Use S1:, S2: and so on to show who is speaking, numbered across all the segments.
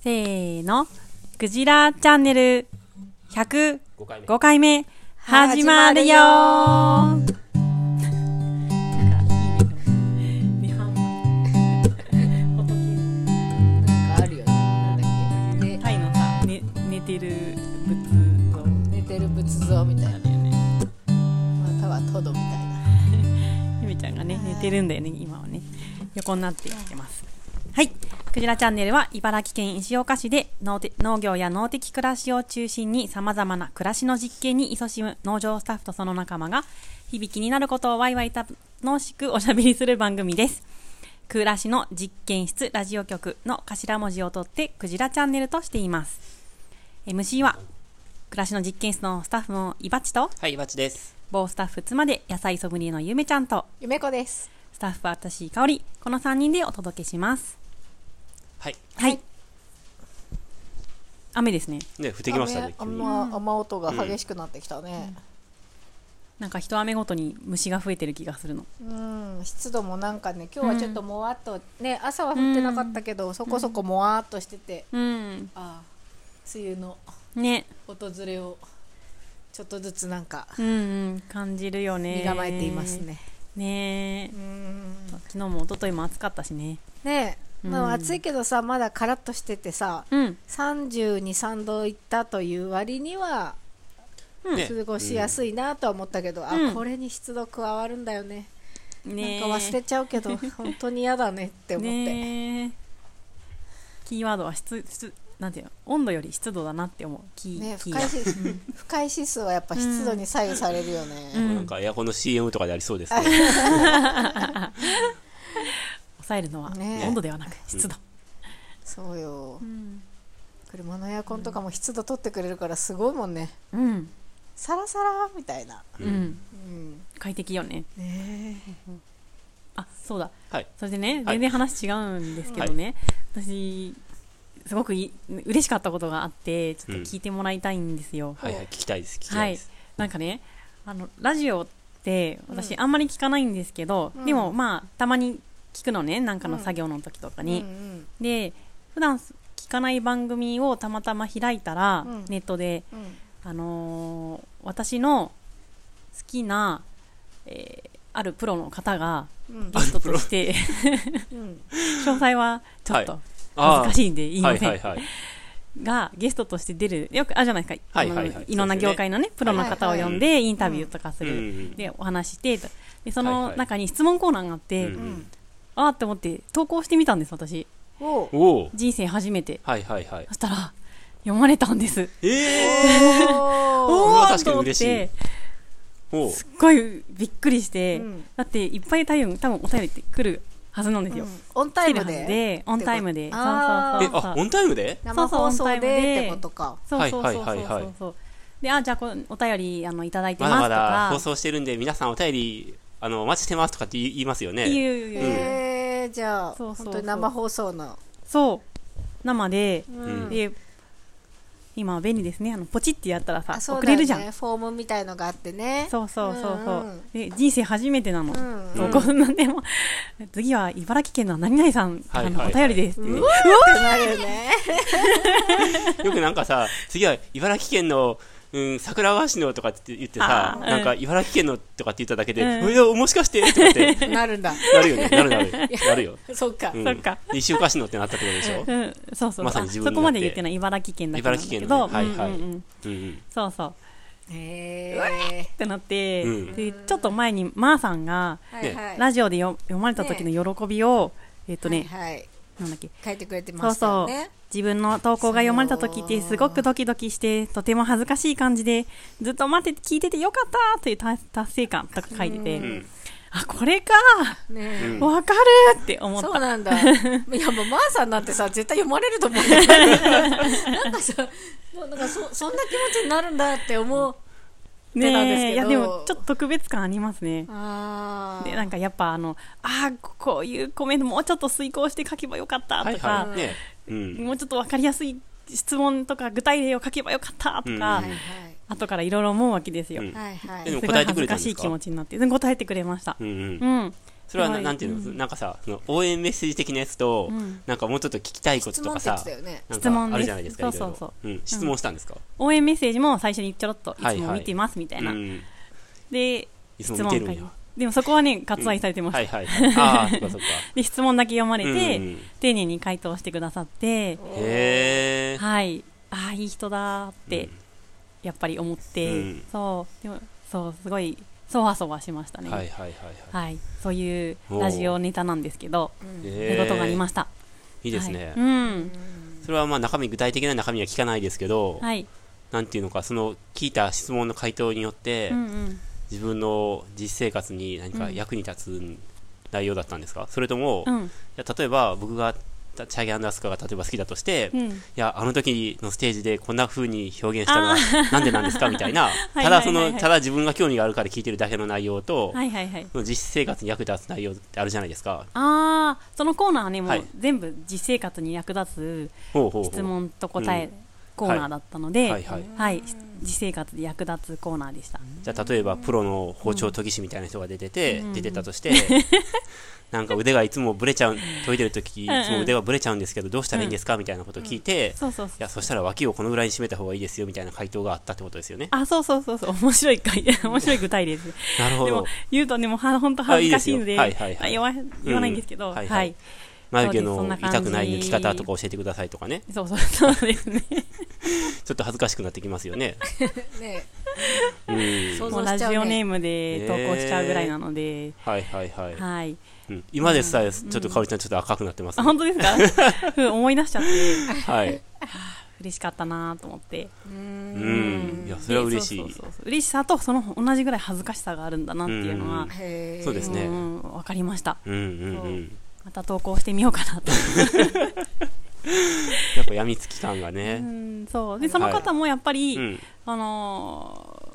S1: せーの、クジラチャンネル105
S2: 5回目。
S1: 回目、始まるよー
S3: なんかあるよねなんだっけ、ね、
S1: タイのさ、ね、寝てる仏像
S3: 寝てる仏像みたいな
S1: だよね
S3: またはトドみたい
S1: ゆめちゃんがね寝てるんだよね今はね横になってやってますはいクジラチャンネルは茨城県石岡市で農て農業や農的暮らしを中心にさまざまな暮らしの実験に勤しむ農場スタッフとその仲間が日々気になることをワイワイ楽しくおしゃべりする番組です暮らしの実験室ラジオ局の頭文字を取ってクジラチャンネルとしています MC は暮らしの実験室のスタッフのいばちと
S2: はい、バチです。
S1: 某スタッフ妻で野菜ソムリエのゆめちゃんと
S3: 夢子です
S1: スタッフは私香織この3人でお届けします
S2: はい。
S1: はい、雨ですね
S2: ね、降ってきましたね、急
S3: 雨
S2: に。
S3: 雨雨音が激しくなってきたね
S1: なんか一雨ごとに虫が増えてる気がするの
S3: うん、湿度もなんかね今日はちょっともわっとね朝は降ってなかったけど、そこそこもわっとしてて、
S1: うん
S3: ああ梅雨の
S1: ね
S3: 訪れをちょっとずつなんか
S1: うんうん感じるよね
S3: 身構えていますね、
S1: ねえ
S3: うん
S1: 昨日も一昨日も暑かったしね
S3: ねえ、ま
S1: うん
S3: あ、暑いけどさまだカラッとしててさ、
S1: うん
S3: 323度いったという割には
S1: うん
S2: ね
S3: 過ごしやすいなとは思ったけど、
S1: うん
S3: あこれに湿度加わるんだよね、
S1: ねえ
S3: なんか忘れちゃうけど本当に嫌だねって思って、
S1: ねえキーワードは湿湿なんていうの温度より湿度だなって思うキー,、
S3: ね
S1: キ
S3: 不
S1: ーが
S3: 快指数不快指数はやっぱ湿度に左右されるよね、
S1: うん
S2: なんかエアコンの CM とかでありそうですね。
S1: 抑えるのは
S3: ね
S2: え
S1: 温度ではなく湿度、
S3: そうよ
S1: うん
S3: 車のエアコンとかも湿度取ってくれるからすごいもんね
S1: うん、
S3: サラサラみたいな、
S2: う
S1: うんん、
S3: うん、
S1: 快適よね
S3: ねえ
S1: あそうだ
S2: はい。
S1: それでね
S2: い
S1: 全然話違うんですけどね、私すごくい嬉しかったことがあってちょっと聞いてもらいたいんですよ、
S2: はいはい、聞きたいです。聞きたいです。
S1: なんかねあのラジオって私
S3: うん
S1: あんまり聞かないんですけど、
S3: うん
S1: でもまあたまに聞くのねなんかの
S3: うん
S1: 作業の時とか
S3: うんう
S1: に、
S3: ん
S1: で普段聞かない番組をたまたま開いたら、
S3: うん
S1: ネットで、
S3: うん
S1: あのー私の好きな、えーあるプロの方が
S3: うん
S1: ゲストとして
S3: うん
S1: 詳細はちょっと
S2: あ
S1: 難しいんで言い
S2: は
S1: ま
S2: い
S1: せん、
S2: はいはい。
S1: がゲストとして出るよくあるじゃないですか、
S2: はいはいはい
S1: あの
S2: そうですね
S1: いろんな業界のねプロの方を呼ん
S2: は
S1: でインタビューとかす
S2: う
S1: る、
S2: ん
S1: でお話ししてとでそ
S2: はい
S1: の
S2: はい
S1: 中に質問コーナーがあって、
S2: うん
S3: うん
S1: あーって思って投稿してみたんです私
S3: おう
S2: うん。おお。
S1: 人生初めて
S2: はいはいはい
S1: そ。したら読まれたんです
S2: ええー
S3: おー
S2: は
S1: ー
S2: 確かに嬉しい
S1: と思って
S2: おお。
S1: すっごいびっくりして、
S3: うん
S1: だっていっぱい多分多分お便りって来るはずなんですよ、
S3: うんオンタイ
S1: 来る
S3: ム
S1: はず
S3: で
S1: でオンタイムで
S3: っ
S1: そ
S3: て
S1: う
S3: こ
S1: そうそう、
S2: え
S3: とあー
S1: そう
S2: あ、オンタイムで
S3: 生放送でってことか
S1: そうそうそうそうそう、
S2: はいはいはいはい
S1: であじゃあこうお便りあのいただいて
S2: ま
S1: ます
S2: だ
S1: とか
S2: まだ放送してるんで、皆さんお便り、あの、お待ちしてますとかって言い言いますよね。
S1: いえいえいえ
S3: へえじゃあ
S1: そうそうそう
S3: 本当に生放送の
S1: そう生で、
S2: ん
S1: で今は便利ですねあのポチってやったらさ、
S3: あそう
S1: 送
S3: だ
S1: れ
S3: よ
S1: るじゃん
S3: ねフォームみたいのがあってね
S1: そうそうそうそう、
S3: うんうん
S1: で人生初めてなの、
S3: ん
S1: そうこんなんでも 次は茨城県の何々さんからの
S2: はい
S1: お
S2: はいはい
S1: 便りですっていう、
S2: う
S3: ってなるよね
S2: よくなんかさ、次は茨城県の、うん、桜川市のとかって言ってさ
S1: あ、ー
S2: なんか茨城県のとかって言っただけで、
S1: うん
S2: いや、もしかしてとかって、
S3: なるんだ
S2: なるよね、なるなる、なるよ。
S3: そっか
S2: うん
S1: そっか
S2: 石岡市のってなったってことで しょ
S1: うんそうそう、
S2: まさに
S1: あ
S2: 自
S1: そ
S2: 分の
S1: こまで言ってない茨城県だけなんだけど、
S2: 茨城県のねはいはい
S1: うんうんうん、
S2: うんうん。
S1: そうそう
S3: へえ
S1: ってなって、
S2: うん
S1: でちょっと前にまー、さんが
S3: はいはい
S1: ラジオでよ読まれた時の喜びを、えっ、とね、
S3: はいはい
S1: なんだっけ
S3: 書いてくれて
S1: そ
S3: ま
S1: う
S3: した
S1: そ
S3: よ
S1: う
S3: ね。
S1: 自分の投稿が読まれた時ってすごくドキドキして、とても恥ずかしい感じで、ずっと待ってて聞いててよかったという達達成感とか書いてて、
S2: ん
S1: あ、これか
S2: う
S3: ねえ
S2: ん
S1: わかるって思っ
S3: そう
S1: た。
S3: なん だ。いや、もう、まーさんなんてさ、絶対読まれると思うんだけどなんかさ、もうなんかそ、そんな気持ちになるんだって思う。出たんです
S1: ね
S3: けど
S1: え、いやでもちょっと特別感ありますね。
S3: あ
S1: で、なん
S3: か、
S1: かやっぱあの、あーこういうコメントもうちょっと遂行して書けばよかった
S2: はい
S1: とか、
S2: はい。ね。うん。
S1: もうちょっとわかりやすい質問とか具体例を書けばよかったとか、
S2: う
S3: はい
S1: 後からいろいろ思うわけですよ。
S2: うん
S3: はい。はいは
S2: で
S3: い。
S2: も
S1: すご
S2: 答え
S1: い恥
S2: てく
S1: ず
S2: れ
S1: か
S2: たんで
S1: し
S2: す
S1: い
S2: か
S1: 気持ちになって、うん答えてくれました
S2: う。んうん。
S1: うん。
S2: それはな
S1: はい
S2: なんていうの、なんかさその応援メッセージ的なやつと、なんかもうちょっと聞きたいこと
S3: 質
S2: とか
S3: 問って言
S2: さ
S3: ってたよね
S2: なん
S1: 質問です
S2: かあるじゃないですか
S1: そうそうそう
S2: いろいろん質問したんですか、
S1: 応援メッセージも最初にちょろっとい
S2: はい
S1: つも
S2: はい
S1: 見てますみたいな、
S2: うん、
S1: で
S2: いつ
S1: 質
S2: も
S1: 問
S2: 見てるん
S1: 会
S2: や
S1: でもそこはね割愛されてました、
S2: はいはいはいああそっかそっか
S1: で質問だけ読まれて、
S2: うんうん
S1: 丁寧に回答してくださって
S2: へえ
S1: はいああいい人だーって、やっぱり思って、
S2: うん
S1: そうでもそうすごいそわそわしましたね
S2: はいはいはいはい
S1: はい、そういうラジオネタなんですけど、そう
S2: へ
S1: いう
S2: ー
S1: ことがありました。
S2: いいですね、
S1: はい、うん、
S2: それはまあ中身具体的な中身は聞かないですけど、
S1: はい、
S2: なんていうのかその聞いた質問の回答によって、
S1: うんうん。
S2: 自分の実生活に何か役に立つ内容だったんですか、それとも、
S1: う
S2: い
S1: ん、
S2: や例えば僕がたチャゲアンダースカが例えば好きだとして、
S1: う
S2: い
S1: ん、
S2: やあの時のステージでこんな風に表現したのはなんでなんですかみたいな
S1: い
S2: ただそ
S1: はいはい
S2: の
S1: はい
S2: ただ自分が興味があるから聞いてるだけの内容と、
S1: はいはいはい。
S2: その実生活に役立つ内容ってあるじゃないですか
S1: ああ、そのコーナーはね、も
S2: は
S1: う
S2: い
S1: 全部実生活に役立
S2: ほうほうほ
S1: つ
S2: う
S1: 質問と答えコーナーだったので、
S2: はいはい
S1: はい、実生活で役立つコーナーでした。
S2: じゃあ例えばプロの包丁研ぎ師みたいな人が出てて、
S1: うん
S2: 出てた として、なんか腕がいつもブレちゃう研いでる時い
S1: うんうん
S2: つも腕がブレちゃうんですけどどうしたらいいんですかみたいなことを聞いて、い
S1: そうそうそう。
S2: やそしたら脇をこのぐらいに締めた方がいいですよみたいな回答があったってことですよね
S1: あ、そうそうそうそう、面白い回、 面白い具体例です。
S2: なるほ
S1: でも
S2: ど
S1: 言うとね、もうは本当恥ずかしいので、
S2: あいいですよはいはいはい
S1: あ言わ言わないんですけど、
S2: うんは
S1: はいい、
S2: はい眉毛
S1: そうですそん
S2: の
S1: な感じ
S2: 痛くない抜き方とか教えてくださいとかね
S1: そうそうそうです ね。
S2: ちょっと恥ずかしくなってきますよね
S3: ね
S2: うん
S3: 想
S1: もう
S3: 像
S1: ラ
S3: しち
S1: ジ
S3: ゃう
S1: オネー
S3: ね
S1: ムで投稿しちゃうぐらいなので、
S2: はいはいはい、
S1: はい。
S2: うん今でさえちょっと香織ちゃんちょっと赤くなってます
S1: あ、
S2: ね、
S1: 本当ですか うん思い出しちゃって、
S2: はい
S1: 嬉しかったなと思って。
S3: う
S2: うんんいやそれは嬉し
S1: で
S2: い
S1: そうそうそう嬉しさと、その同じぐらい恥ずかしさがあるんだなっていうのは、
S3: へー
S2: そうですね
S1: うん、わかりました。
S2: うんうんうん
S1: また投稿してみようかなと。
S2: やっぱ病みつき感が
S1: う
S2: ね、
S1: ん、そう。で、その方もやっぱり、
S2: うん
S1: あのー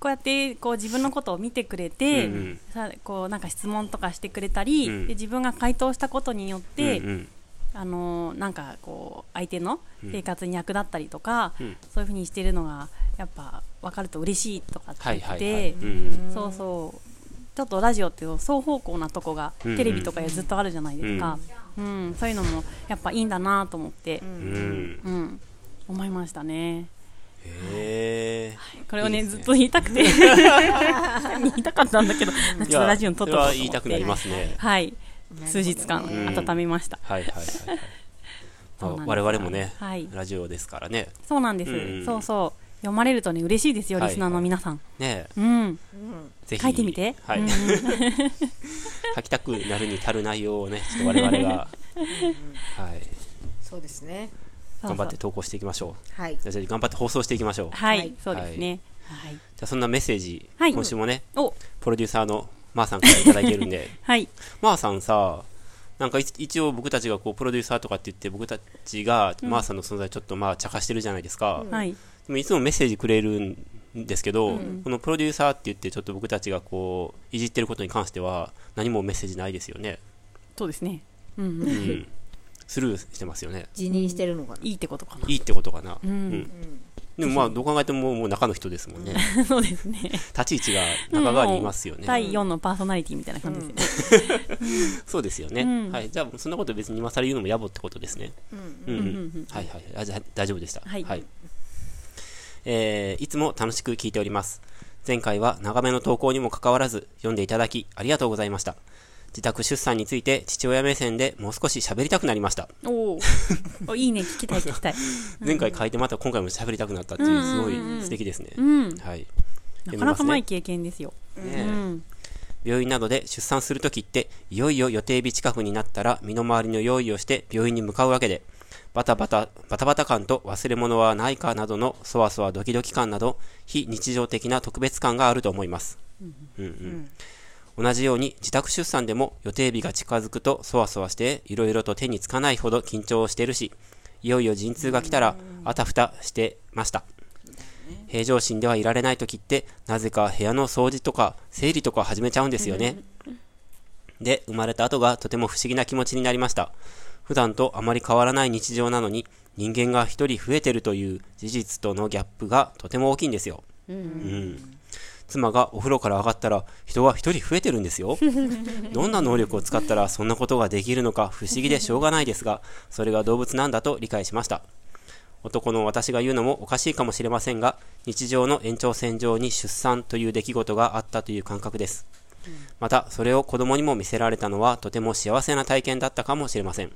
S1: こうやってこう自分のことを見てくれて、
S2: うんうん
S1: さこうなんか質問とかしてくれたり、
S2: うん
S1: で自分が回答したことによって、
S2: うんうん
S1: あのーなんかこう相手の
S2: うん
S1: 生活に役立ったりとか、
S2: うん
S1: そういうふうにしてるのがやっぱ分かると嬉しいとかって
S2: は
S1: 言
S2: い
S1: って、
S2: はいはい、
S3: うん
S1: そうそうちょっとラジオっていう双方向なとこが、
S2: うんうん
S1: テレビとかよりずっとあるじゃないですか、うんそういうのもやっぱいいんだなと思って、
S2: うんうん、
S1: うん、思いましたね。
S2: へえ
S1: これをね
S2: いいで
S1: ず
S2: すね
S1: っと言いたく て言いたかったんだけどちょっ
S2: い
S1: と
S2: や
S1: ラジオに撮っとこうと思っ
S2: それは言いたく
S1: て
S2: なりますね
S1: はい数日間
S2: うん
S1: 温めました、
S2: はいはいはいはい
S1: そうなん
S2: ま
S1: で
S2: あ
S1: す
S2: 我々もね、
S1: はい
S2: ラジオですからね
S1: そうなんです、
S2: うん
S1: そうそう読まれるとね嬉しいですよ
S2: はい
S1: リスナーの皆さん、
S2: ね
S1: うん
S3: うん
S2: ぜひ
S1: 書いてみて
S2: はい、
S1: うん
S2: 書きたくなるに足る内容をねちょっと我 々が、はい、
S3: そうですね
S1: そうそう
S2: 頑張って投稿していきましょう
S3: はい
S2: じゃあ頑張って放送していきましょうじゃ
S1: はい、
S3: はい
S1: そうですねはい、
S2: あそんなメッセージ、
S1: はい
S2: 今週もね
S1: お
S2: プロデューサーのまーさんからいただいてるんで
S1: はい
S2: まーさんさ、なんかい一応僕たちがこうプロデューサーとかって言って、僕たちがまーさんの存在ちょっとまあ茶化してるじゃないですか。で
S1: はい
S2: もいつもメッセージくれるんですけど、
S1: ん
S2: このプロデューサーって言ってちょっと僕たちがこういじってることに関しては何もメッセージないですよね。
S1: そうですねうんう
S2: うんん。スルーしてますよね。
S3: 辞任してるのかない
S1: いってことかない
S2: いってことかな。
S1: うん
S2: でもまあどう考えてももう中の人ですもんね。
S1: そうですね
S2: 立ち位置が中側にいますよね。
S1: 第4のパーソナリティみたいな感じですよね、
S2: そうですよね。
S1: うん
S2: はい。じゃあそんなこと別に今更言うのも野暮ってことですね。
S3: うん
S2: うんう
S1: う
S2: ん
S1: んうんうん
S2: はいはいあじゃあ大丈夫でした
S1: はい
S2: えーいつも楽しく聞いております前回は長めの投稿にもかかわらず読んでいただきありがとうございました自宅出産について父親目線でもう少し喋りたくなりました、
S1: おーおいいね聞きたい聞きたい
S2: 前回書いてまた今回も喋りたくなったっていうすごい素敵ですね、
S1: うん
S2: はい
S1: なかなかない
S2: 読
S1: 経験ですよ、
S2: みま
S1: う
S2: すねねえ
S1: ん
S2: 病院などで出産するときって、いよいよ予定日近くになったら、身の回りの用意をして病院に向かうわけで、バタバタ、バタバタ感と忘れ物はないかなどの、そわそわドキドキ感など、非日常的な特別感があると思います。うんうん同じように自宅出産でも予定日が近づくとそわそわしていろいろと手につかないほど緊張してるしいよいよ陣痛が来たらあたふたしてました平常心ではいられない時ってなぜか部屋の掃除とか整理とか始めちゃうんですよねで生まれた後がとても不思議な気持ちになりました普段とあまり変わらない日常なのに人間が一人増えてるという事実とのギャップがとても大きいんですようん妻がお風呂から上がったら人が一人増えてるんですよどんな能力を使ったらそんなことができるのか不思議でしょうがないですがそれが動物なんだと理解しました男の私が言うのもおかしいかもしれませんが日常の延長線上に出産という出来事があったという感覚ですまたそれを子供にも見せられたのはとても幸せな体験だったかもしれません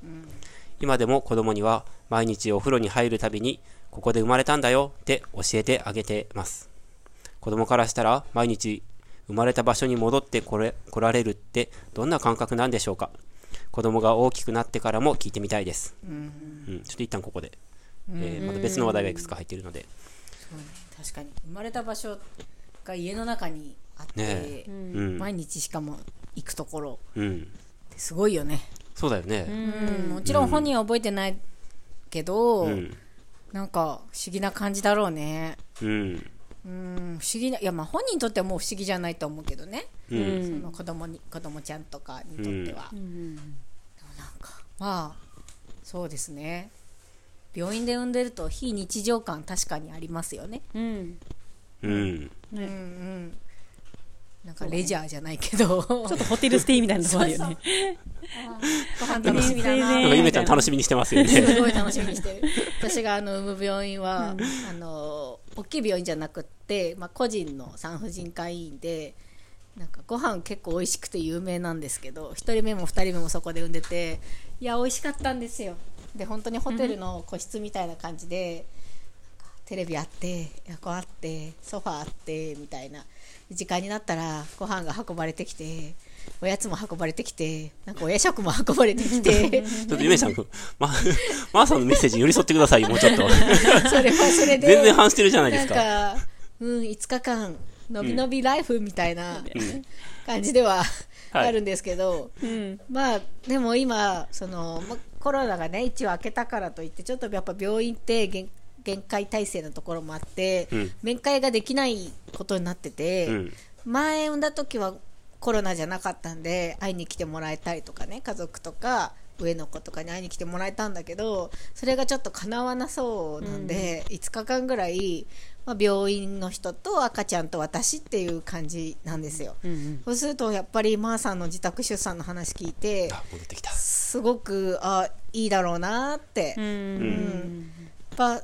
S2: 今でも子供には毎日お風呂に入るたびにここで生まれたんだよって教えてあげてます子供からしたら毎日生まれた場所に戻ってこれ来られるってどんな感覚なんでしょうか子供が大きくなってからも聞いてみたいです、うんちょっと一旦ここで、えーまた別の話題がいくつか入っているので、
S3: そうね確かに生まれた場所が家の中にあって、
S2: ねえうん
S3: 毎日しかも行くところ
S2: うん、
S3: ってすごいよね、
S2: そうだよね、
S3: うんもちろん本人は覚えてないけど、
S2: うん
S3: なんか不思議な感じだろうね
S2: うん
S3: うん不思議ないやまあ本人にとってはもう不思議じゃないと思うけどね、
S2: うんうん
S3: その子供に子供ちゃんとかにとっては、でもなんかまあそうですね病院で産んでると非日常感確かにありますよね
S1: うん
S2: うん
S3: うんうんなんかレジャーじゃないけど、
S1: ちょっとホテルステイみたいなとこあるよね。
S3: ご飯楽しみだ
S1: 全
S2: なん
S1: 然
S2: か
S3: な
S2: ゆめちゃん楽しみにしてますよね
S3: すごい楽しみにしてる私があの産む病院は、あの大きい病院じゃなくって、まあ、個人の産婦人科医院でなんかご飯結構美味しくて有名なんですけど1人目も2人目もそこで産んでていや美味しかったんですよで本当にホテルの個室みたいな感じで、なんかテレビあってエアコンあってソファーあってみたいな時間になったらご飯が運ばれてきておやつも運ばれてきてなんかお夜食も運ばれてきて
S2: ちょっとゆめちゃんま まーさんのメッセージに寄り添ってくださいよもうちょっと
S3: それはそれで
S2: 全然反してるじゃないで
S3: な
S2: す
S3: ん
S2: か
S3: か、うん、5日間、のびのびライフみたいな感じでは
S2: はい
S3: あるんですけど、
S1: うん。
S3: まあ、でも今、そのまコロナがね、一応明けたからといって、ちょっとやっぱ病院って限限界体制のところもあって、
S2: うん
S3: 面会ができないことになってて、
S2: うん
S3: 前産んだ時はコロナじゃなかったんで会いに来てもらえたりとかね家族とか上の子とかに会いに来てもらえたんだけどそれがちょっとかなわなそうなんで、5日間ぐらい、まあ、病院の人と赤ちゃんと私っていう感じなんですよ、そうするとやっぱりマーさんの自宅出産の話聞いて
S2: あ戻ってきた
S3: すごくあいいだろうなって、
S1: う
S3: やっ
S1: ん。
S3: ぱ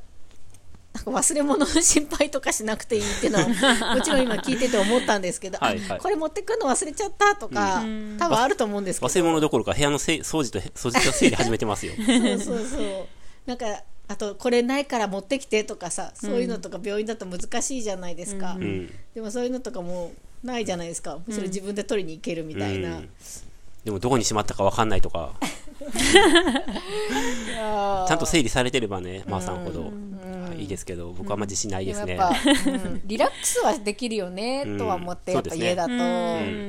S3: なんか忘れ物の心配とかしなくていいっていうの はもちろん今聞いてて思ったんですけど、あ
S2: はいはい
S3: これ持ってくの忘れちゃったとか、多分あると思うんですけど
S2: 忘れ物どころか部屋のせい掃除と掃除と整理始めてますよ
S3: そうそうそうなんかあとこれないから持ってきてとかさそういうのとか病院だと難しいじゃないですか、
S2: うん
S3: でもそういうのとかもないじゃないですかそれ自分で取りに行けるみたいな、
S2: うんでもどこにしまったかわかんないとか
S3: いやー
S2: ちゃんと整理されてればねまーさんほど、はいいいですけど僕はあんま自信ないですね
S3: でもやっぱ、うんリラックスはできるよねとは思って、
S2: うん
S3: やっぱ家だと、
S1: うん。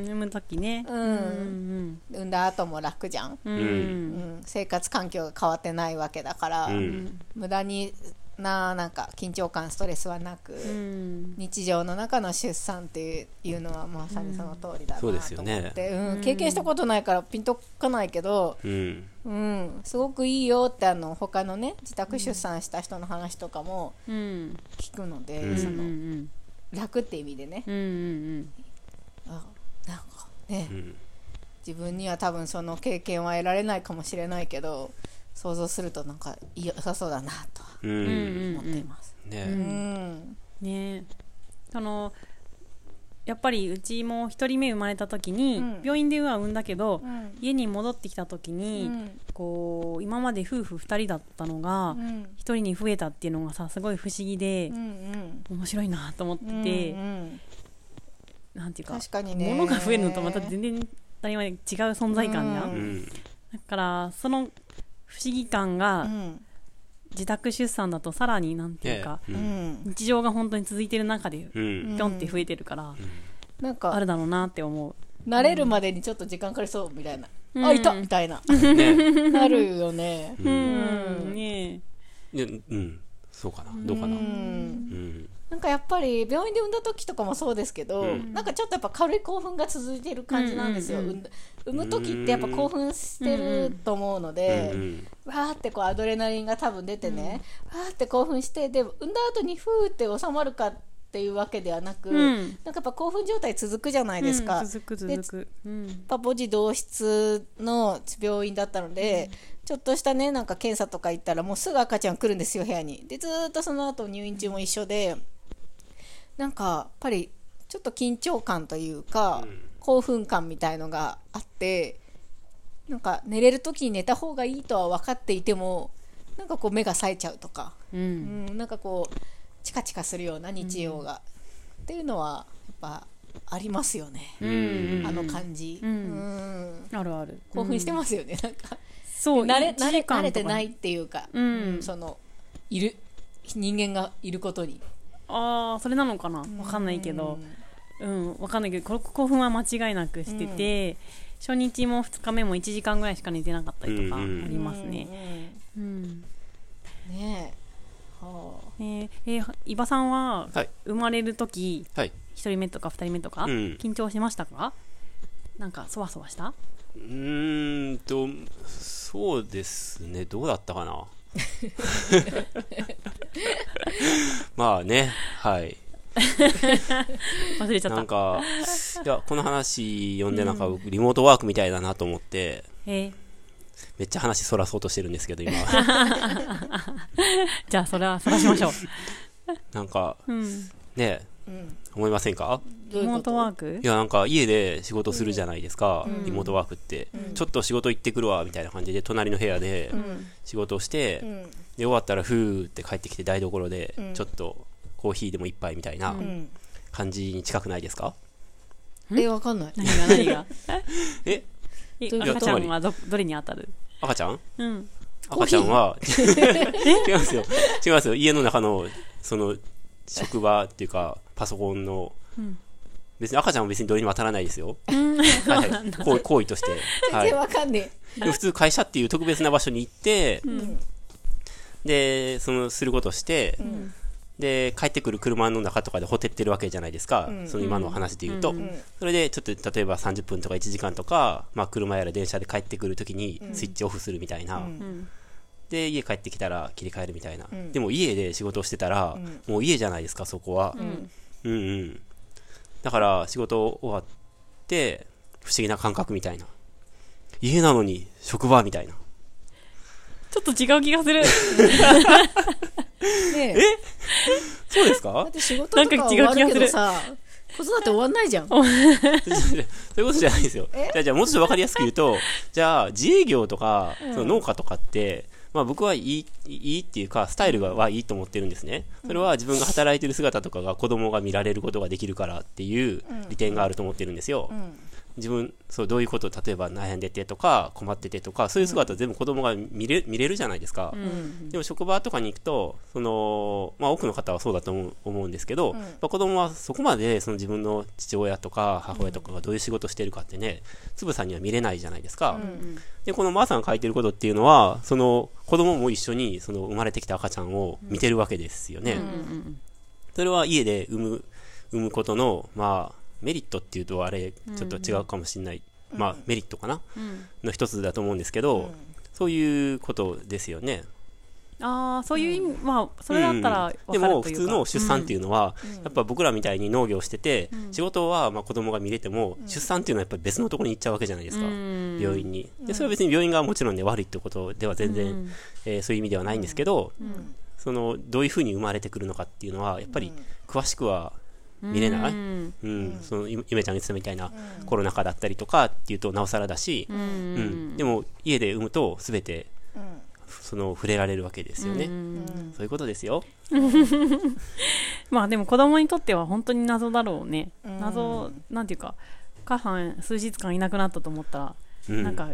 S1: 産む時ね。
S3: うん
S1: うん。
S3: 産んだ後も楽じゃん、
S1: う。
S2: うんん
S3: うん生活環境が変わってないわけだから、
S2: うん
S3: 無駄にななんか緊張感ストレスはなく、
S1: うん。
S3: 日常の中の出産っていうのはまさにその通りだなと
S2: そう
S3: 思
S2: で
S3: っ
S2: す
S3: て、
S2: よ
S3: うん
S2: ね
S3: 経験したことないからピンとかないけど、
S2: うん
S3: うん、すごくいいよってあの他のね自宅出産した人の話とかも
S1: うん。
S3: 聞くので、
S2: うん
S3: そ
S1: うん。う
S3: の
S1: ん。
S3: 楽って意味でね、
S1: うん。
S3: あなんかね、
S2: うん
S3: 自分には多分その経験は得られないかもしれないけど想像するとなんか良さそうだなとは
S2: うん、
S1: うん。
S3: 思っています。
S2: ね
S3: うん
S1: ねそのやっぱりうちも一人目生まれた時に、
S3: うん
S1: 病院では産んだけど、
S3: うん
S1: 家に戻ってきた時に、
S3: うん
S1: こう今まで夫婦二人だったのが
S3: うん
S1: 一、人に増えたっていうのがさすごい不思議で
S3: う、ん
S1: 面白いなと思って
S3: うん
S1: て、
S3: うん
S1: なんていうか
S3: 確かにね
S1: 物が増えるのとまた全然当たり前違う存在感じゃん、
S3: う
S2: うん
S1: だからその不思議感が
S3: うん
S1: 自宅出産だとさらになんていうか、
S2: う
S3: うんん
S1: 日常が本当に続いてる中で
S2: うん
S1: ピョンって増えてるから、
S3: なん
S1: あ
S3: か
S1: るだろうなって思う
S3: 慣れるまでにちょっと時間かかりそうみたいな、
S1: うん
S3: あいたみたいな
S2: ね
S3: なるよね
S1: うん、ね
S2: でうんそうかなどうかな
S3: う
S2: うんん
S3: なんかやっぱり病院で産んだ時とかもそうですけど、
S2: うん
S3: なんかちょっとやっぱ軽い興奮が続いてる感じなんですよ、
S1: うんうんう
S3: 産んだ産む時ってやっぱ興奮してると思うの
S2: う
S3: で、
S2: ん
S3: わーってこうアドレナリンが多分出てね、わーって興奮してで産んだ後にふーって収まるかっていうわけではなく、
S1: うん
S3: なんかやっぱ興奮状態続くじゃないですか、
S1: うん続く続く。うん
S3: やっ。ぱ母児同室の病院だったので、ちょっとしたねなんか検査とか行ったらもうすぐ赤ちゃん来るんですよ部屋にでずーっとその後入院中も一緒でなんかやっぱりちょっと緊張感というか、興奮感みたいのがあってなんか寝れる時に寝た方がいいとは分かっていてもなんかこう目が冴えちゃうとか、
S1: う。
S3: うんん、なんかこうチカチカするような日曜が、っていうのはやっぱありますよね。
S1: うん。
S3: あの感じ、
S1: うん
S3: うん
S1: あるある。
S3: 興奮して
S1: も。
S3: ますよね、なんか
S1: そう。
S3: 慣れ
S1: 一時
S3: 慣れ
S1: 間
S3: 慣れて
S1: とか
S3: な
S1: ね
S3: いっ。ていうか、
S1: うん
S3: そのいる人間がいることに
S1: ああ、それなのかな。わかんないけど。うん、わかんないけど、この興奮は間違いなくしてて。初日も二日目も一時間ぐらいしか寝てなかったりとかあ
S2: うんうん
S1: ります
S3: ね
S1: ね。うん。
S3: うんねえ、はあ、
S1: ねええー、伊庭さんは
S2: はい
S1: 生まれる時
S2: はい
S1: 一人目とか二人目とか、
S2: うん
S1: 緊張しましたか？なんかそわそわした？
S2: うーんとそうですねどうだったかな まあねはい
S1: 忘れちゃっ
S2: な
S1: た。
S2: んかいやこの話読んでなんか僕リモートワークみたいだなと思って
S1: えー、
S2: めっちゃ話そらそうとしてるんですけど 今
S1: じゃあそれは探しましょう。
S2: なんか
S1: うん。
S2: ね
S3: うん、
S2: 思いませんか
S3: どう
S1: リ
S3: いう
S1: モ
S3: こ
S1: ー
S3: と
S1: トワーク
S2: い？やなんか家で仕事するじゃないですか、
S3: うん
S2: リモートワークって、
S3: うん
S2: ちょっと仕事行ってくるわみたいな感じで隣の部屋で
S3: うん
S2: 仕事をして、
S3: う
S2: で
S3: ん
S2: 終わったらふーって帰ってきて台所で
S3: うん
S2: ちょっとコーヒーでも一杯みたいな
S3: うん
S2: 感じに近くないですか、
S3: えわかんない
S1: 何が何 が？
S2: え
S1: え
S3: どういう
S1: 赤
S3: こと
S1: ちゃんはどどれに当たる？
S2: 赤ちゃん
S1: うん。
S2: 赤ちゃんは 違いますよ違いますよ家の中のその職場っていうかパソコンの、
S1: うん
S2: 別に赤ちゃんは別にどれにも当たらないですよ、はいはい、行為行為として、は
S3: 全
S2: い
S3: 然、わかんね
S2: でも普通会社っていう特別な場所に行って、
S3: え、うん
S2: でそのすることして、
S3: ん
S2: で帰ってくる車の中とかでホテってるわけじゃないですか、
S3: うん
S2: その今の話で言うと、
S1: うん
S3: うん
S2: それでちょっと例えば30分とか1時間とか、まあ、車やら電車で帰ってくるときにスイッチオフするみたいな、
S3: うん
S1: うん。
S2: で家帰ってきたら切り替えるみたいな、
S3: うん
S2: でも家で仕事をしてたら、
S3: うん
S2: もう家じゃないですかそこは
S1: う、ん。
S2: うん、うんだから仕事終わって不思議な感覚みたいな家なのに職場みたいな
S1: ちょっと違う気がする。
S3: ねえ
S2: えそうです
S3: だ
S2: か
S3: って仕事とかは終わるけどさ子育て終わんないじゃ ん
S2: そういうことじゃないですよ。
S3: え
S2: じゃあ、じゃあもうちょっと分かりやすく言う と、じゃあ、自営業とか、その農家とかって、まあ僕はいい、いいっていうか、スタイルがはいいと思ってるんですね。それは自分が働いてる姿とかが子供が見られることができるからっていう利点があると思ってるんですよ。
S3: ん
S2: 自分、そう、どういうこと、例えば悩んでてとか、困っててとか、そういう姿全部子供が見れ見れるじゃないですか。でも職場とかに行くと、その、まあ多くの方はそうだと思う思うんですけど、
S3: ん
S2: まあ子供はそこまでその自分の父親とか母親とかがどういう仕事してるかってね、つぶさには見れないじゃないですか。で、このマーさんが書いてることっていうのは、その子供も一緒にその生まれてきた赤ちゃんを見てるわけですよね。それは家で産む、産むことの、まあ、メリットっていうとあれ、ちょっと違うかもしれない。まあ、メリットかなの一つだと思うんですけど、そういうことですよね。
S1: ああ、そういう意味、まあそれだったらわかると
S2: で
S1: いうか。
S2: も普通の出産っていうのは、やっぱ僕らみたいに農業してて、仕事はまあ子供が見れても、出産っていうのはやっぱり別のところに行っちゃうわけじゃないですか、
S1: うん
S2: 病院にでそれは別に病院がもちろんね悪いってことでは全然、
S1: うん
S2: えーそういう意味ではないんですけど、そのどういうふうに生まれてくるのかっていうのはやっぱり詳しくは見れない、
S1: うん
S2: うん、そのゆゆめちゃんが言ってたみたいな、コロナ禍だったりとかっていうとなおさらだし、
S1: う
S2: うん
S1: ん。
S2: でも家で産むと全て
S3: うん
S2: その触れられるわけですよね、
S1: うん
S2: そういうことですよ
S1: まあでも子供にとっては本当に謎だろうね。
S3: うん
S1: 謎、なんていうか、母さん数日間いなくなったと思ったら、
S2: うん
S1: なんか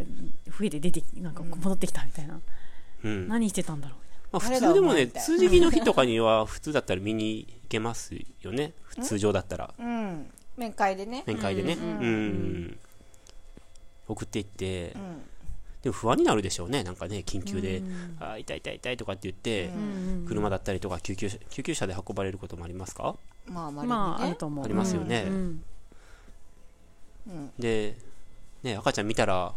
S1: 増えて出てき、なんか戻ってきたみたいな。
S2: うん
S1: 何してたんだろうみたい
S2: まあ、普
S3: 誰
S2: 通
S3: だ
S2: で
S3: お
S2: も
S3: 前
S2: ね
S3: みたいな
S2: 通じ着の日とかには普通だったら見に行けますよね普通常だったら
S3: うん面会でね
S2: 面会でね
S1: うん
S2: うん送っていって
S3: うん
S2: でも不安になるでしょうねなんかね緊急で「あー痛い痛い痛い」とかって言って
S1: ん
S2: 車だったりとか救急車救急車で運ばれることもありますか
S3: まあま
S1: な。まああ
S3: りに
S1: る
S3: ね
S1: と思う。
S2: ありますよね
S1: うん
S2: でね赤ちゃん見たらあ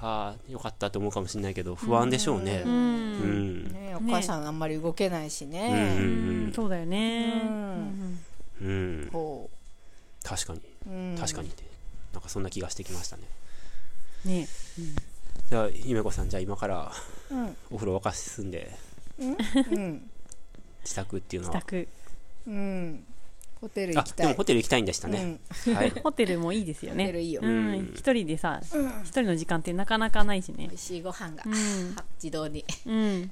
S2: あよかったと思うかもしれないけど不安でしょうね
S1: う
S2: うん
S1: うん
S2: ん
S3: ねお母さんあんまり動けないしね
S1: うんそうだよね。
S3: うん
S2: うん
S3: ほ
S2: 確かに
S3: う、うん、
S2: 確かにって、なんかそんな気がしてきましたね
S1: ね
S2: じゃあゆめこさんじゃあ今から
S3: うん
S2: お風呂沸かすんで
S3: うん、
S2: 自宅っていうの
S1: 自
S2: は
S1: 宅
S3: うん、ホテル行
S2: あ
S3: きた
S2: で
S3: い
S2: もホテル行きたいんでしたね、はい
S1: ホテルもいいですよ
S3: うん、ホテル
S1: ね
S3: いいよ、
S1: う
S2: うん
S1: ん一人でさ一人の時間ってなかなかないしね
S3: 美味しいご飯が、
S1: うん
S3: は自動に
S1: うん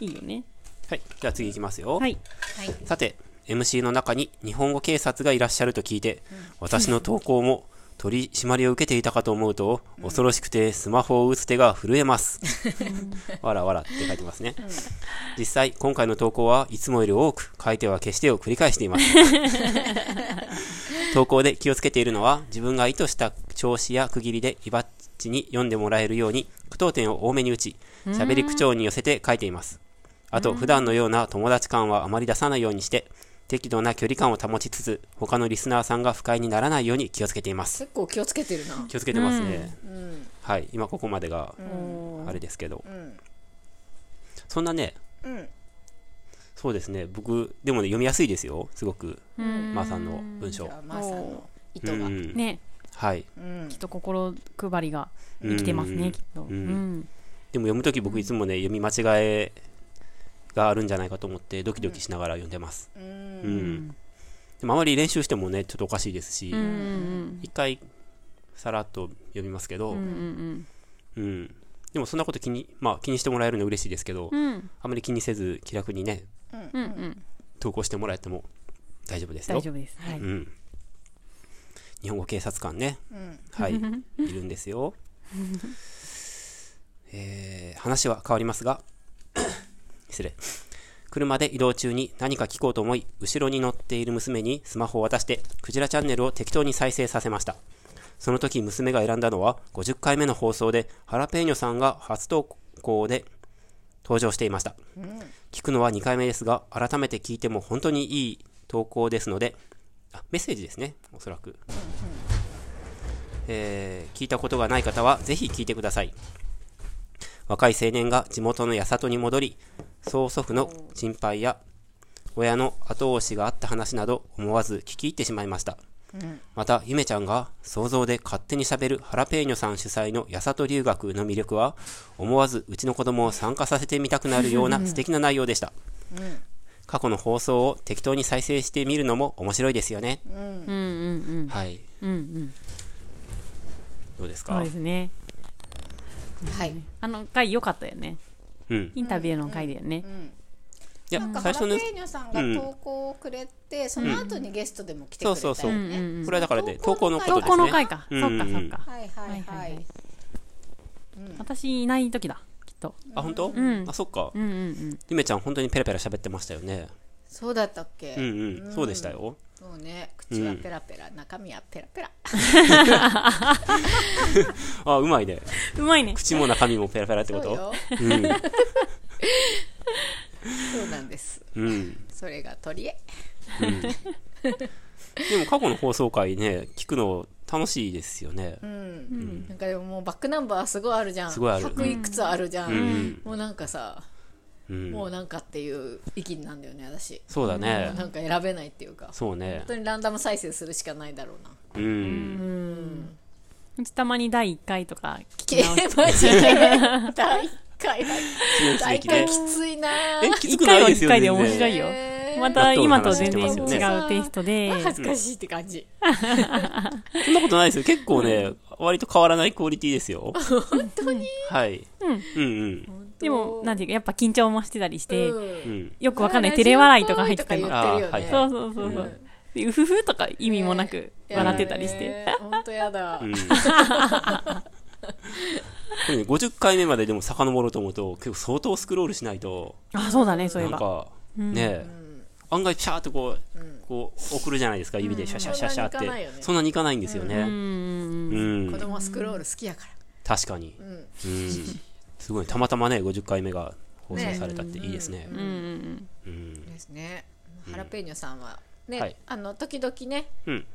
S1: いいよね
S2: はい、じゃあ次行きますよ、
S1: はい
S3: はい
S2: さて MC の中に日本語警察がいらっしゃると聞いて、私の投稿も取り締まりを受けていたかと思うと、恐ろしくてスマホを打つ手が震えます。わらわらって書いてますね。実際、今回の投稿はいつもより多く、書いては消してを繰り返しています。投稿で気をつけているのは、自分が意図した調子や区切りでイバッチに読んでもらえるように、句読点を多めに打ち、喋り口調に寄せて書いています。あと、普段のような友達感はあまり出さないようにして、適度な距離感を保ちつつ、他のリスナーさんが不快にならないように気をつけています。
S3: 結構気をつけてるな
S2: 気をつけてますね。
S3: うん
S2: はい、今ここまでが
S1: おー
S2: あれですけど、
S3: うん
S2: そんなね、
S3: うん
S2: そうですね、僕、でもね、読みやすいですよ、すごく、
S1: うん
S2: まーさんの文
S3: じ
S2: 章。
S3: ゃあまーさんの意図
S2: う
S3: が、
S2: ん、
S1: ね
S2: はい。
S3: うん
S1: きっと心配りが生きてます
S2: うん
S1: ねきっとうん
S2: んでも読むとき僕いつもね、読み間違えがあるんじゃないかと思って、ドキドキしながら読んでます。
S3: う
S2: うんん。でもあまり練習してもね、ちょっとおかしいですし、
S1: うんうん
S2: 一回、さらっと読みますけど、
S1: うんうん
S2: うん。でもそんなこと気に、まあ気にしてもらえるの嬉しいですけど、
S1: うんうん
S2: あまり気にせず気楽にね、
S1: うんうん
S2: 投稿してもらえても大丈夫ですよ。
S1: 大丈夫ですはい
S2: うん。日本語警察官ね。
S3: うん
S2: はい。いるんですよ。 えー話は変わりますが、 失礼。車で移動中に何か聞こうと思い、後ろに乗っている娘にスマホを渡して、クジラチャンネルを適当に再生させました。その時娘が選んだのは50回目の放送でハラペーニョさんが初投稿で登場していました。聞くのは2回目ですが、改めて聞いても本当にいい投稿ですので、あメッセージですね、おそらく。えー聞いたことがない方はぜひ聞いてください。若い青年が地元の八里に戻り、曽祖父の心配や親の後押しがあった話など思わず聞き入ってしまいました。また、ゆめちゃんが想像で勝手に喋るハラペーニョさん主催の八里留学の魅力は、思わずうちの子供を参加させてみたくなる ような素敵な内容でした。過去の放送を適当に再生してみるのも面白いですよね。
S1: うんうん
S2: はい。
S1: うんうんうん
S2: どうですか
S1: そうですね
S3: はい
S1: あの回良かったよね
S2: うん。
S1: インタビューの回だよね
S3: うん
S2: いや
S3: なん、かハ
S2: 最
S3: ラ
S2: 初の、
S3: ペーニョさんが投稿をくれて、その後にゲストでも来てくれた
S2: そ
S3: よ
S2: うそうそう
S1: うん
S3: ね。
S1: うんうん
S2: これはだからね、投
S3: 投
S2: 稿
S3: 稿
S2: の
S3: の
S2: こ
S3: 回
S2: と
S1: 投稿
S2: ですね。
S1: の回か
S2: うん
S1: そっかそっか
S3: はいはいは
S1: はいい。
S3: うん
S1: 私いない時だきっと
S2: あ、本当？
S1: ん
S2: あ、そっか
S1: う。んうん
S2: ゆめちゃん本当にペラペラ喋ってましたよね。
S3: そうだったっけ？
S2: うんうん、そうでしたよ。
S3: そうね、口はペラペラ、中身はペラペラ。
S2: あ、うまいね。
S1: うんうまいね
S2: 口も中身もペラペラってこ
S3: そう
S2: と
S3: よ。そうなんです。
S2: うん。
S3: それが取り柄。
S2: でも過去の放送回ね、聞くの楽しいですよね。
S3: うん。なんかでももうバックナンバーすごいあるじゃん。
S2: すごいある
S3: 100いくつあるじゃ。
S2: うんん。
S3: もうなんかさ、
S2: うん
S3: もうなんかっていう意見なんだよね、私。
S2: そうだね。
S3: なんか選べないっていうか。
S2: そうね
S3: 本。当にランダム再生するしかないだろうな。
S2: うん。
S1: うちたまに第一回とか聞き直して
S3: マジで第1回
S2: 記
S3: だ
S2: 念
S3: 第
S2: すべきね
S3: 1回きついな
S2: え、きつくないです
S1: 一回は一
S2: よ
S1: 回で面
S2: 全
S1: 白
S2: 然
S1: いよ
S3: えー
S1: また今と全然
S2: 納
S1: 違
S2: 豆の話してます
S1: うテイストで
S3: 恥ずかしいって感じ、
S2: そんなことないですよ。結構ね、割と変わらないクオリティです よ。本当にはい。うんうん。
S1: でもなんていうかやっぱ緊張もしてたりして
S3: うん
S2: うん。
S1: よくわかんない照れ笑いとか入ってたり
S3: ラジオっ
S1: そ
S2: あ
S3: ぽいとか言っ
S1: う
S2: ー
S3: てるよね
S1: そうそううんそうでうふふとか意味もなく
S3: やだね
S1: 笑ってたりして
S3: 本当やだ、
S2: うんこれね、50回目まででも遡ろうと思うと結構相当スクロールしないと
S1: あそうだねそうい
S2: な
S1: え
S2: ん
S1: ば
S2: かね、案外シャーってこう,、こう送るじゃないですか指でシャシャシャシャって、
S3: そんなにいかない
S2: そんなにいかない
S3: よね
S2: んですよ
S1: うん
S2: ね、うん
S3: 子供はスクロール好きやか
S2: 確かに、
S3: ら、うん、
S2: うん、すごいたまたまね50回目が放送されたっていいですね
S1: うんうん
S2: うん、
S3: ですねハラペーニョさんはね、
S2: はい
S3: あの時々ね
S2: うん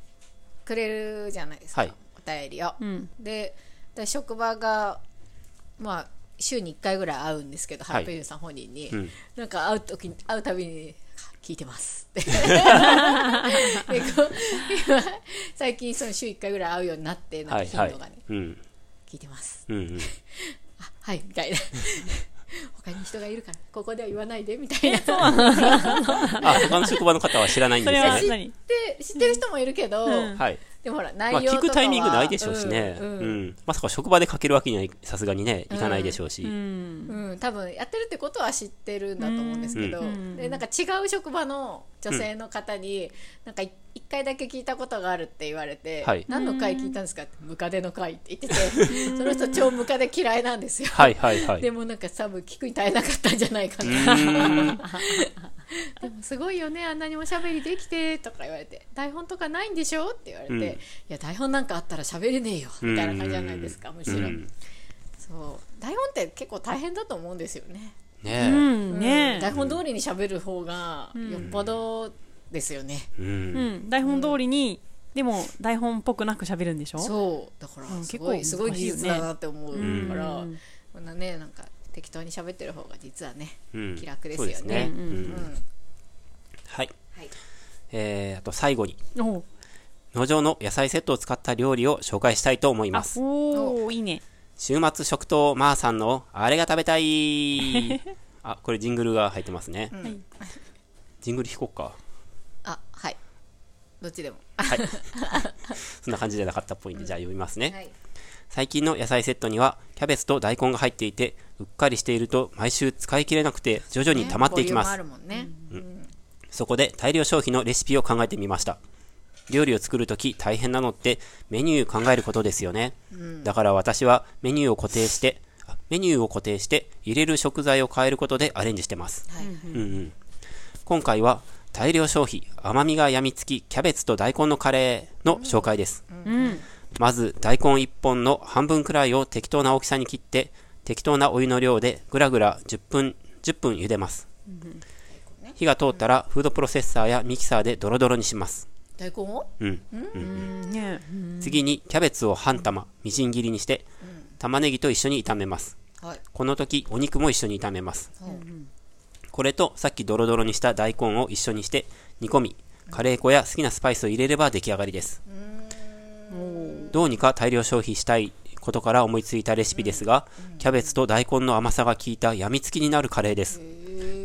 S3: くれるじゃないですか、
S2: はい
S3: お便りを、
S1: うんうん
S3: で私職場がまあ週に1回ぐらい会うんですけど、
S2: はい
S3: ハラペーニョさん本人に、
S2: うん
S3: なんか会う時に会うたびに聞い てますってでこう今最近その週1回ぐらい会うようになってな
S2: は
S3: んか
S2: い
S3: 頻
S2: はい
S3: 度がね、。
S2: うん。
S3: 聞いてます
S2: うんうん。
S3: あはいみた いな他に人がいるから ここでは言わないでみたいな
S2: あ、他の職場の方は知らないん
S1: そ
S2: です
S1: れは
S2: ね。
S1: 何
S3: で知ってる人もいるけど、
S1: うん
S2: はい。
S3: でもほら内
S2: まあ、
S3: 容とかは、
S2: 聞くタイミングないでしょうしね。う。
S3: うんんうん
S2: まさか職場でかけるわけにはさすがにね、いかないでしょうし。
S1: うん
S3: うん多分やってるってことは知ってるんだと思うんですけど、
S1: うん
S3: でなんか違う職場の女性の方に、なんかい一回だけ聞いたことがあるって言われて、
S2: はい
S3: 何の回聞いたんですかってムカデの回って言って てその人超ムカデ嫌いなんですよ、
S2: はいはいはい。
S3: でもなんか多分聞くに耐えなかったんじゃないか
S2: う
S3: な、
S2: ーん。
S3: でもすごいよねあんなにおしゃべりできてとか言われて台本とかないんでしょって言われて、
S2: うん
S3: いや台本なんかあったら喋れねえよみたいな感じじゃないですかむしろ、
S2: うん
S3: そう台本って結構大変だと思うんですよね
S1: う
S2: ね
S1: んね
S3: 台本通りに喋る方がよっぽどですよね、
S2: え。うん
S1: う。ん台本通りにでも台本っぽくなく喋るんでしょ
S3: そうだから
S1: うん
S3: すごい,、
S1: 結
S3: す
S1: 構
S3: ごい
S1: 難しい
S3: 技
S1: よね
S3: 術だなって思うから、
S1: うん
S3: こんなねなんか適当に喋ってる方が実はね、
S2: うん
S3: 気楽です
S2: そう
S3: よね
S2: ですね。
S1: うん
S2: う
S1: うん
S3: うん
S2: んはい。
S3: はい
S2: えー、あと最後に、
S1: おう
S2: 農場の野菜セットを使った料理を紹介したいと思い
S1: あ
S2: ます。
S1: おーいいね
S2: 週末食堂まーさんのあれが食べたいあこれジングルが入ってますね、
S3: んはい
S2: ジングル弾こうか
S3: あはいどっちでも
S2: そんな感じじゃなかったっぽいんで、じゃあ読みますね、
S3: はい
S2: 最近の野菜セットにはキャベツと大根が入っていてうっかりしていると毎週使い切れなくて徐々に溜まっていきます、
S3: ねボリュームあるもんね、
S2: そこで大量消費のレシピを考えてみました。料理を作るとき大変なのってメニュー考えることですよね。だから私はメニューを固定して、あメニューを固定して入れる食材を変えることでアレンジしてます。
S3: はい
S2: うんうん、今回は大量消費、甘みが病みつきキャベツと大根のカレーの紹介です。
S1: うん
S2: まず大根1本の半分くらいを適当な大きさに切って適当なお湯の量でぐらぐら10分 ,10 分茹でます、火が通ったらフードプロセッサーやミキサーでドロドロにします、
S3: 大根を
S2: うん
S1: うんね
S2: 次にキャベツを半玉みじん切りにして玉ねぎと一緒に炒めます
S3: はい、
S2: この時お肉も一緒に炒めます
S3: そう
S2: これとさっきドロドロにした大根を一緒にして煮込みカレー粉や好きなスパイスを入れれば出来上がりですどうにか大量消費したいことから思いついたレシピですが、キャベツと大根の甘さが効いた病みつきになるカレーです。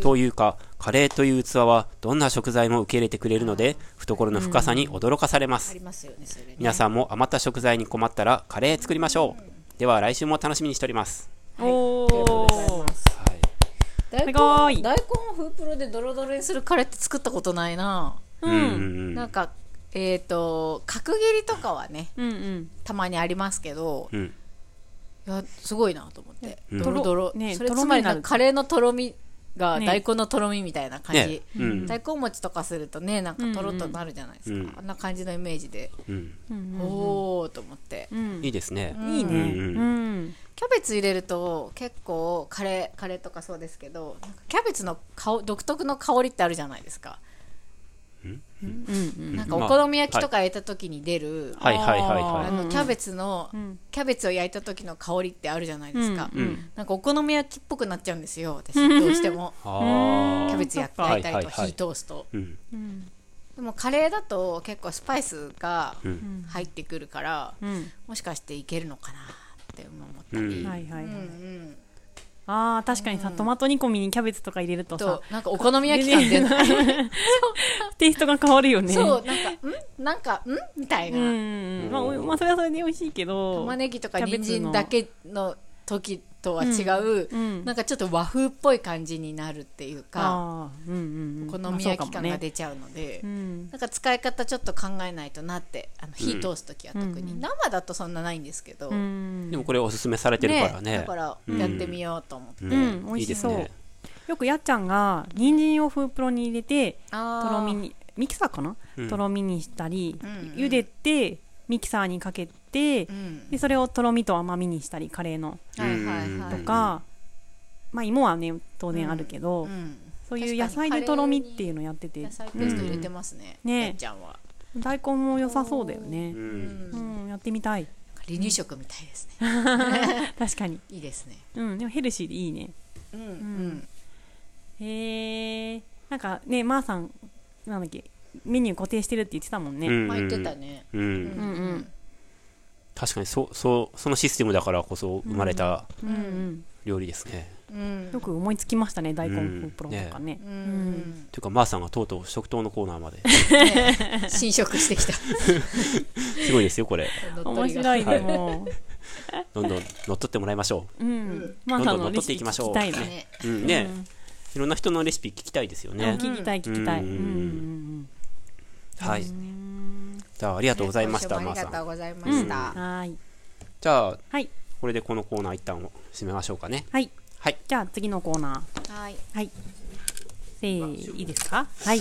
S2: というか、カレーという器はどんな食材も受け入れてくれるので、懐の深さに驚かされま
S3: あ
S2: す
S3: り。ますよねそれね
S2: 皆さんも余った食材に困ったらカレー作りましょう。では来週も楽しみにしております。
S1: お
S3: ご
S1: ー
S3: ざいます
S2: はい。
S3: 大根
S1: ごい
S3: 大根をフープロでドロドロにするカレーって作ったことないな、
S1: う
S2: うん
S1: ん
S2: うん
S3: なんかえっ、と角切りとかはね
S1: うんうん
S3: たまにありますけど
S2: うん。うん。
S3: いやすごいなと思って、
S2: うん
S3: ドロドロ、
S1: ね
S3: それ
S1: とろ
S3: つ
S1: み
S3: まり
S1: にな
S3: な
S1: る
S3: んかカレーのとろみが
S1: ね
S3: 大根のとろみみたいな感じ、
S2: ねうん
S3: 大根餅とかするとねなんかとろっとなるじゃないですか、
S2: うんうん
S3: あんな感じのイメージで、
S2: うん。
S1: うん
S3: おおと思って、
S1: うん
S2: いいですね。
S1: いいね
S2: うんうん
S1: うん
S3: キャベツ入れると結構カレーカレーとかそうですけどなんかキャベツの香独特の香りってあるじゃないですか
S1: うん
S3: なんかお好み焼きとか焼いた時に出る、
S2: はいはいはい
S3: あ
S2: は
S3: のキャベツの、
S1: ん
S3: キャベツを焼いた時の香りってあるじゃないですか、
S1: うんうん
S3: なんかお好み焼きっぽくなっちゃうんですよ私どうしても
S2: い。
S3: キャベ
S2: ツ。
S3: ツやって焼いた
S2: はい
S3: り
S2: はい
S3: と
S2: はい
S3: 火通すと
S2: うん。
S3: でもカレーだと結構スパイスが
S2: ん
S3: 入ってくるから、
S1: うん
S3: もしかしていけるのかなって思ったり、
S2: う
S3: うんん
S1: はいはいはい
S3: うん
S1: あー確かにさトマト煮込みにキャベツとか入れるとさ
S3: となんかお好み焼 き感出ない、
S1: テイストが変わるよね
S3: そうなんかんなんかんみたいな、
S1: うんまあおまあそれはそれで美味しいけど
S3: 玉ねぎとか
S1: キャベ
S3: 人
S1: ツの
S3: 参だけの時とは違う、
S1: うん
S3: なんかちょっと和風っぽい感じになるっていう
S1: あ
S3: か、
S1: ーうんうんうん
S3: お好み焼き感が出ちゃうので、
S1: うん
S3: なんか使い方ちょっと考えないとなってあの火通す時は特に、生だとそんなないんですけど、
S1: うん
S2: でもこれおすすめされてるからね。
S3: だから
S2: うん
S3: やってみようと思って、
S1: うん美味しそうよくやっちゃんが人参をフープロに入れて
S3: あー
S1: とろみにミキサーかな、
S2: うん
S1: とろみにしたり、
S3: うんうん
S1: 茹でてミキサーにかけて、
S3: うん
S1: でそれをとろみと甘みにしたりカレーの
S3: はいはい
S2: うん
S3: は
S1: と
S3: い、
S1: か、まあ芋はね当然あるけど、
S3: うん
S1: そういう野菜でとろみっていうのやってて
S3: 野菜ペースト入れてますね、
S1: うんね
S3: やっちゃんは
S1: 大根も良さそうだよね
S2: う、。
S3: うんん
S1: うんやってみた い
S3: 離乳食みたいですね
S1: 確かに、
S3: いいですね
S1: うん、でもヘルシーでいいね
S3: うんうん、
S1: へえんなんかねまー、さんなんだっけメニュー固定してるって言ってたもんね、
S2: うん
S3: 巻いてたね。
S2: うん
S3: うん
S1: うんうん
S2: 確かにそうそうそのシステムだからこそ生まれた
S1: うんうん
S2: 料理ですね、
S3: うん
S1: よく思いつきましたね大根プロとかね,、う
S3: う
S1: ん
S3: ん
S2: というかまーさんがとうとう食堂のコーナー まで
S3: ね侵食してきた。
S2: すごいですよこれ
S1: 面白い
S2: は
S1: ね
S2: い
S1: も
S2: どんどん乗っ取ってもらいましょ
S1: う、うん、まーさんのレシピ聞きたい
S2: どんどん乗っ取っていき
S1: ね
S2: ましょうう、
S3: ね。
S2: うん、ね、いろんな人のレシピ聞きたいですよ
S1: うん
S2: ね、
S1: 聞きたい聞きたい、
S2: うん
S1: うんうん
S2: はいじゃあありがとうございました、
S3: ね
S2: ま
S3: 今
S2: ー
S3: 週
S2: さ
S3: もありがと
S2: ん
S3: うございま
S1: うん、
S3: し
S1: うん
S3: た。
S1: はい
S2: じゃあ
S1: はい
S2: これでこのコーナー一旦締めましょうかね
S1: はい
S2: はい
S1: じゃあ次のコーナー
S3: はい。
S1: はい。せー、いいですかはい。